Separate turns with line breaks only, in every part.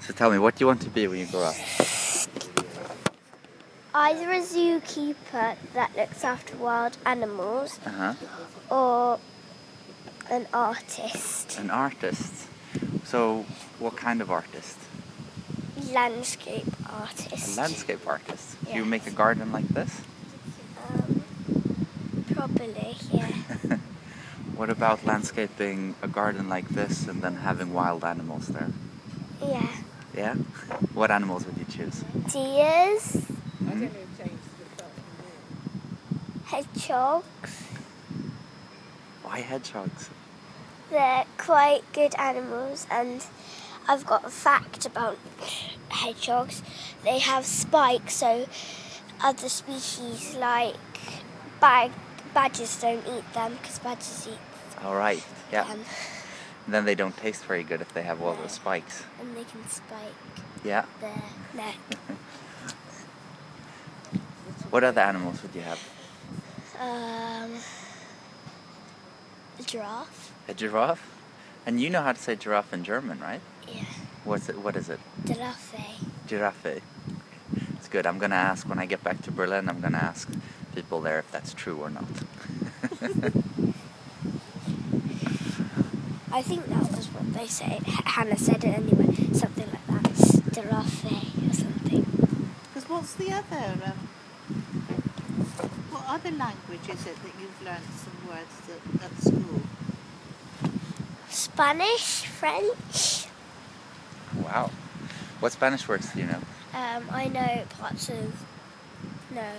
So tell me, what do you want to be when you grow up?
Either a zookeeper that looks after wild animals
Uh huh.
or an artist,
An artist. So, what kind of artist?
landscape
A
artist.
landscape artist. Do you
Yeah.
make a garden like this?
Um, probably, yeah.
What about landscaping a garden like this and then having wild animals there?
Yeah.
Yeah? What animals would you choose?
Deers,
Hmm?
hedgehogs,
Why hedgehogs?
they're quite good animals and I've got a fact about hedgehogs. They have spikes so other species like bag- badgers don't eat them because badgers eat
Alright, yeah.
them
Then they don't taste very good if they have all those spikes.
and they can spike
Yeah.
their neck.
What other animals would you have?
Um, a giraffe?
A giraffe? And you know how to say giraffe in German, right?
Yeah.
What's it? What is it?
Giraffe.
Giraffe. It's good. I'm gonna ask when I get back to Berlin. I'm gonna ask people there if that's true or not.
I think that was what they said. H- Hannah said it anyway. Something like that. Giraffe or something.
Because what's the other? Um, what other language is it that you've learnt some words that, at school?
Spanish? French?
wow. What Spanish words do you know?
Um, I know parts of. No.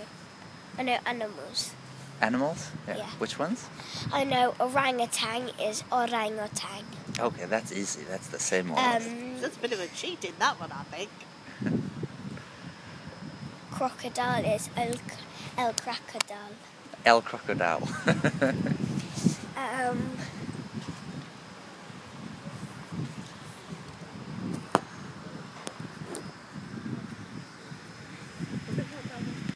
I know animals.
Animals?
Yeah.
Which ones?
I know orangutan is orangutan.
Okay, that's easy. That's the same one.
Um,
That's a bit of a cheat in that one, I think.
crocodile is el, el crocodile.
El crocodile.
Um,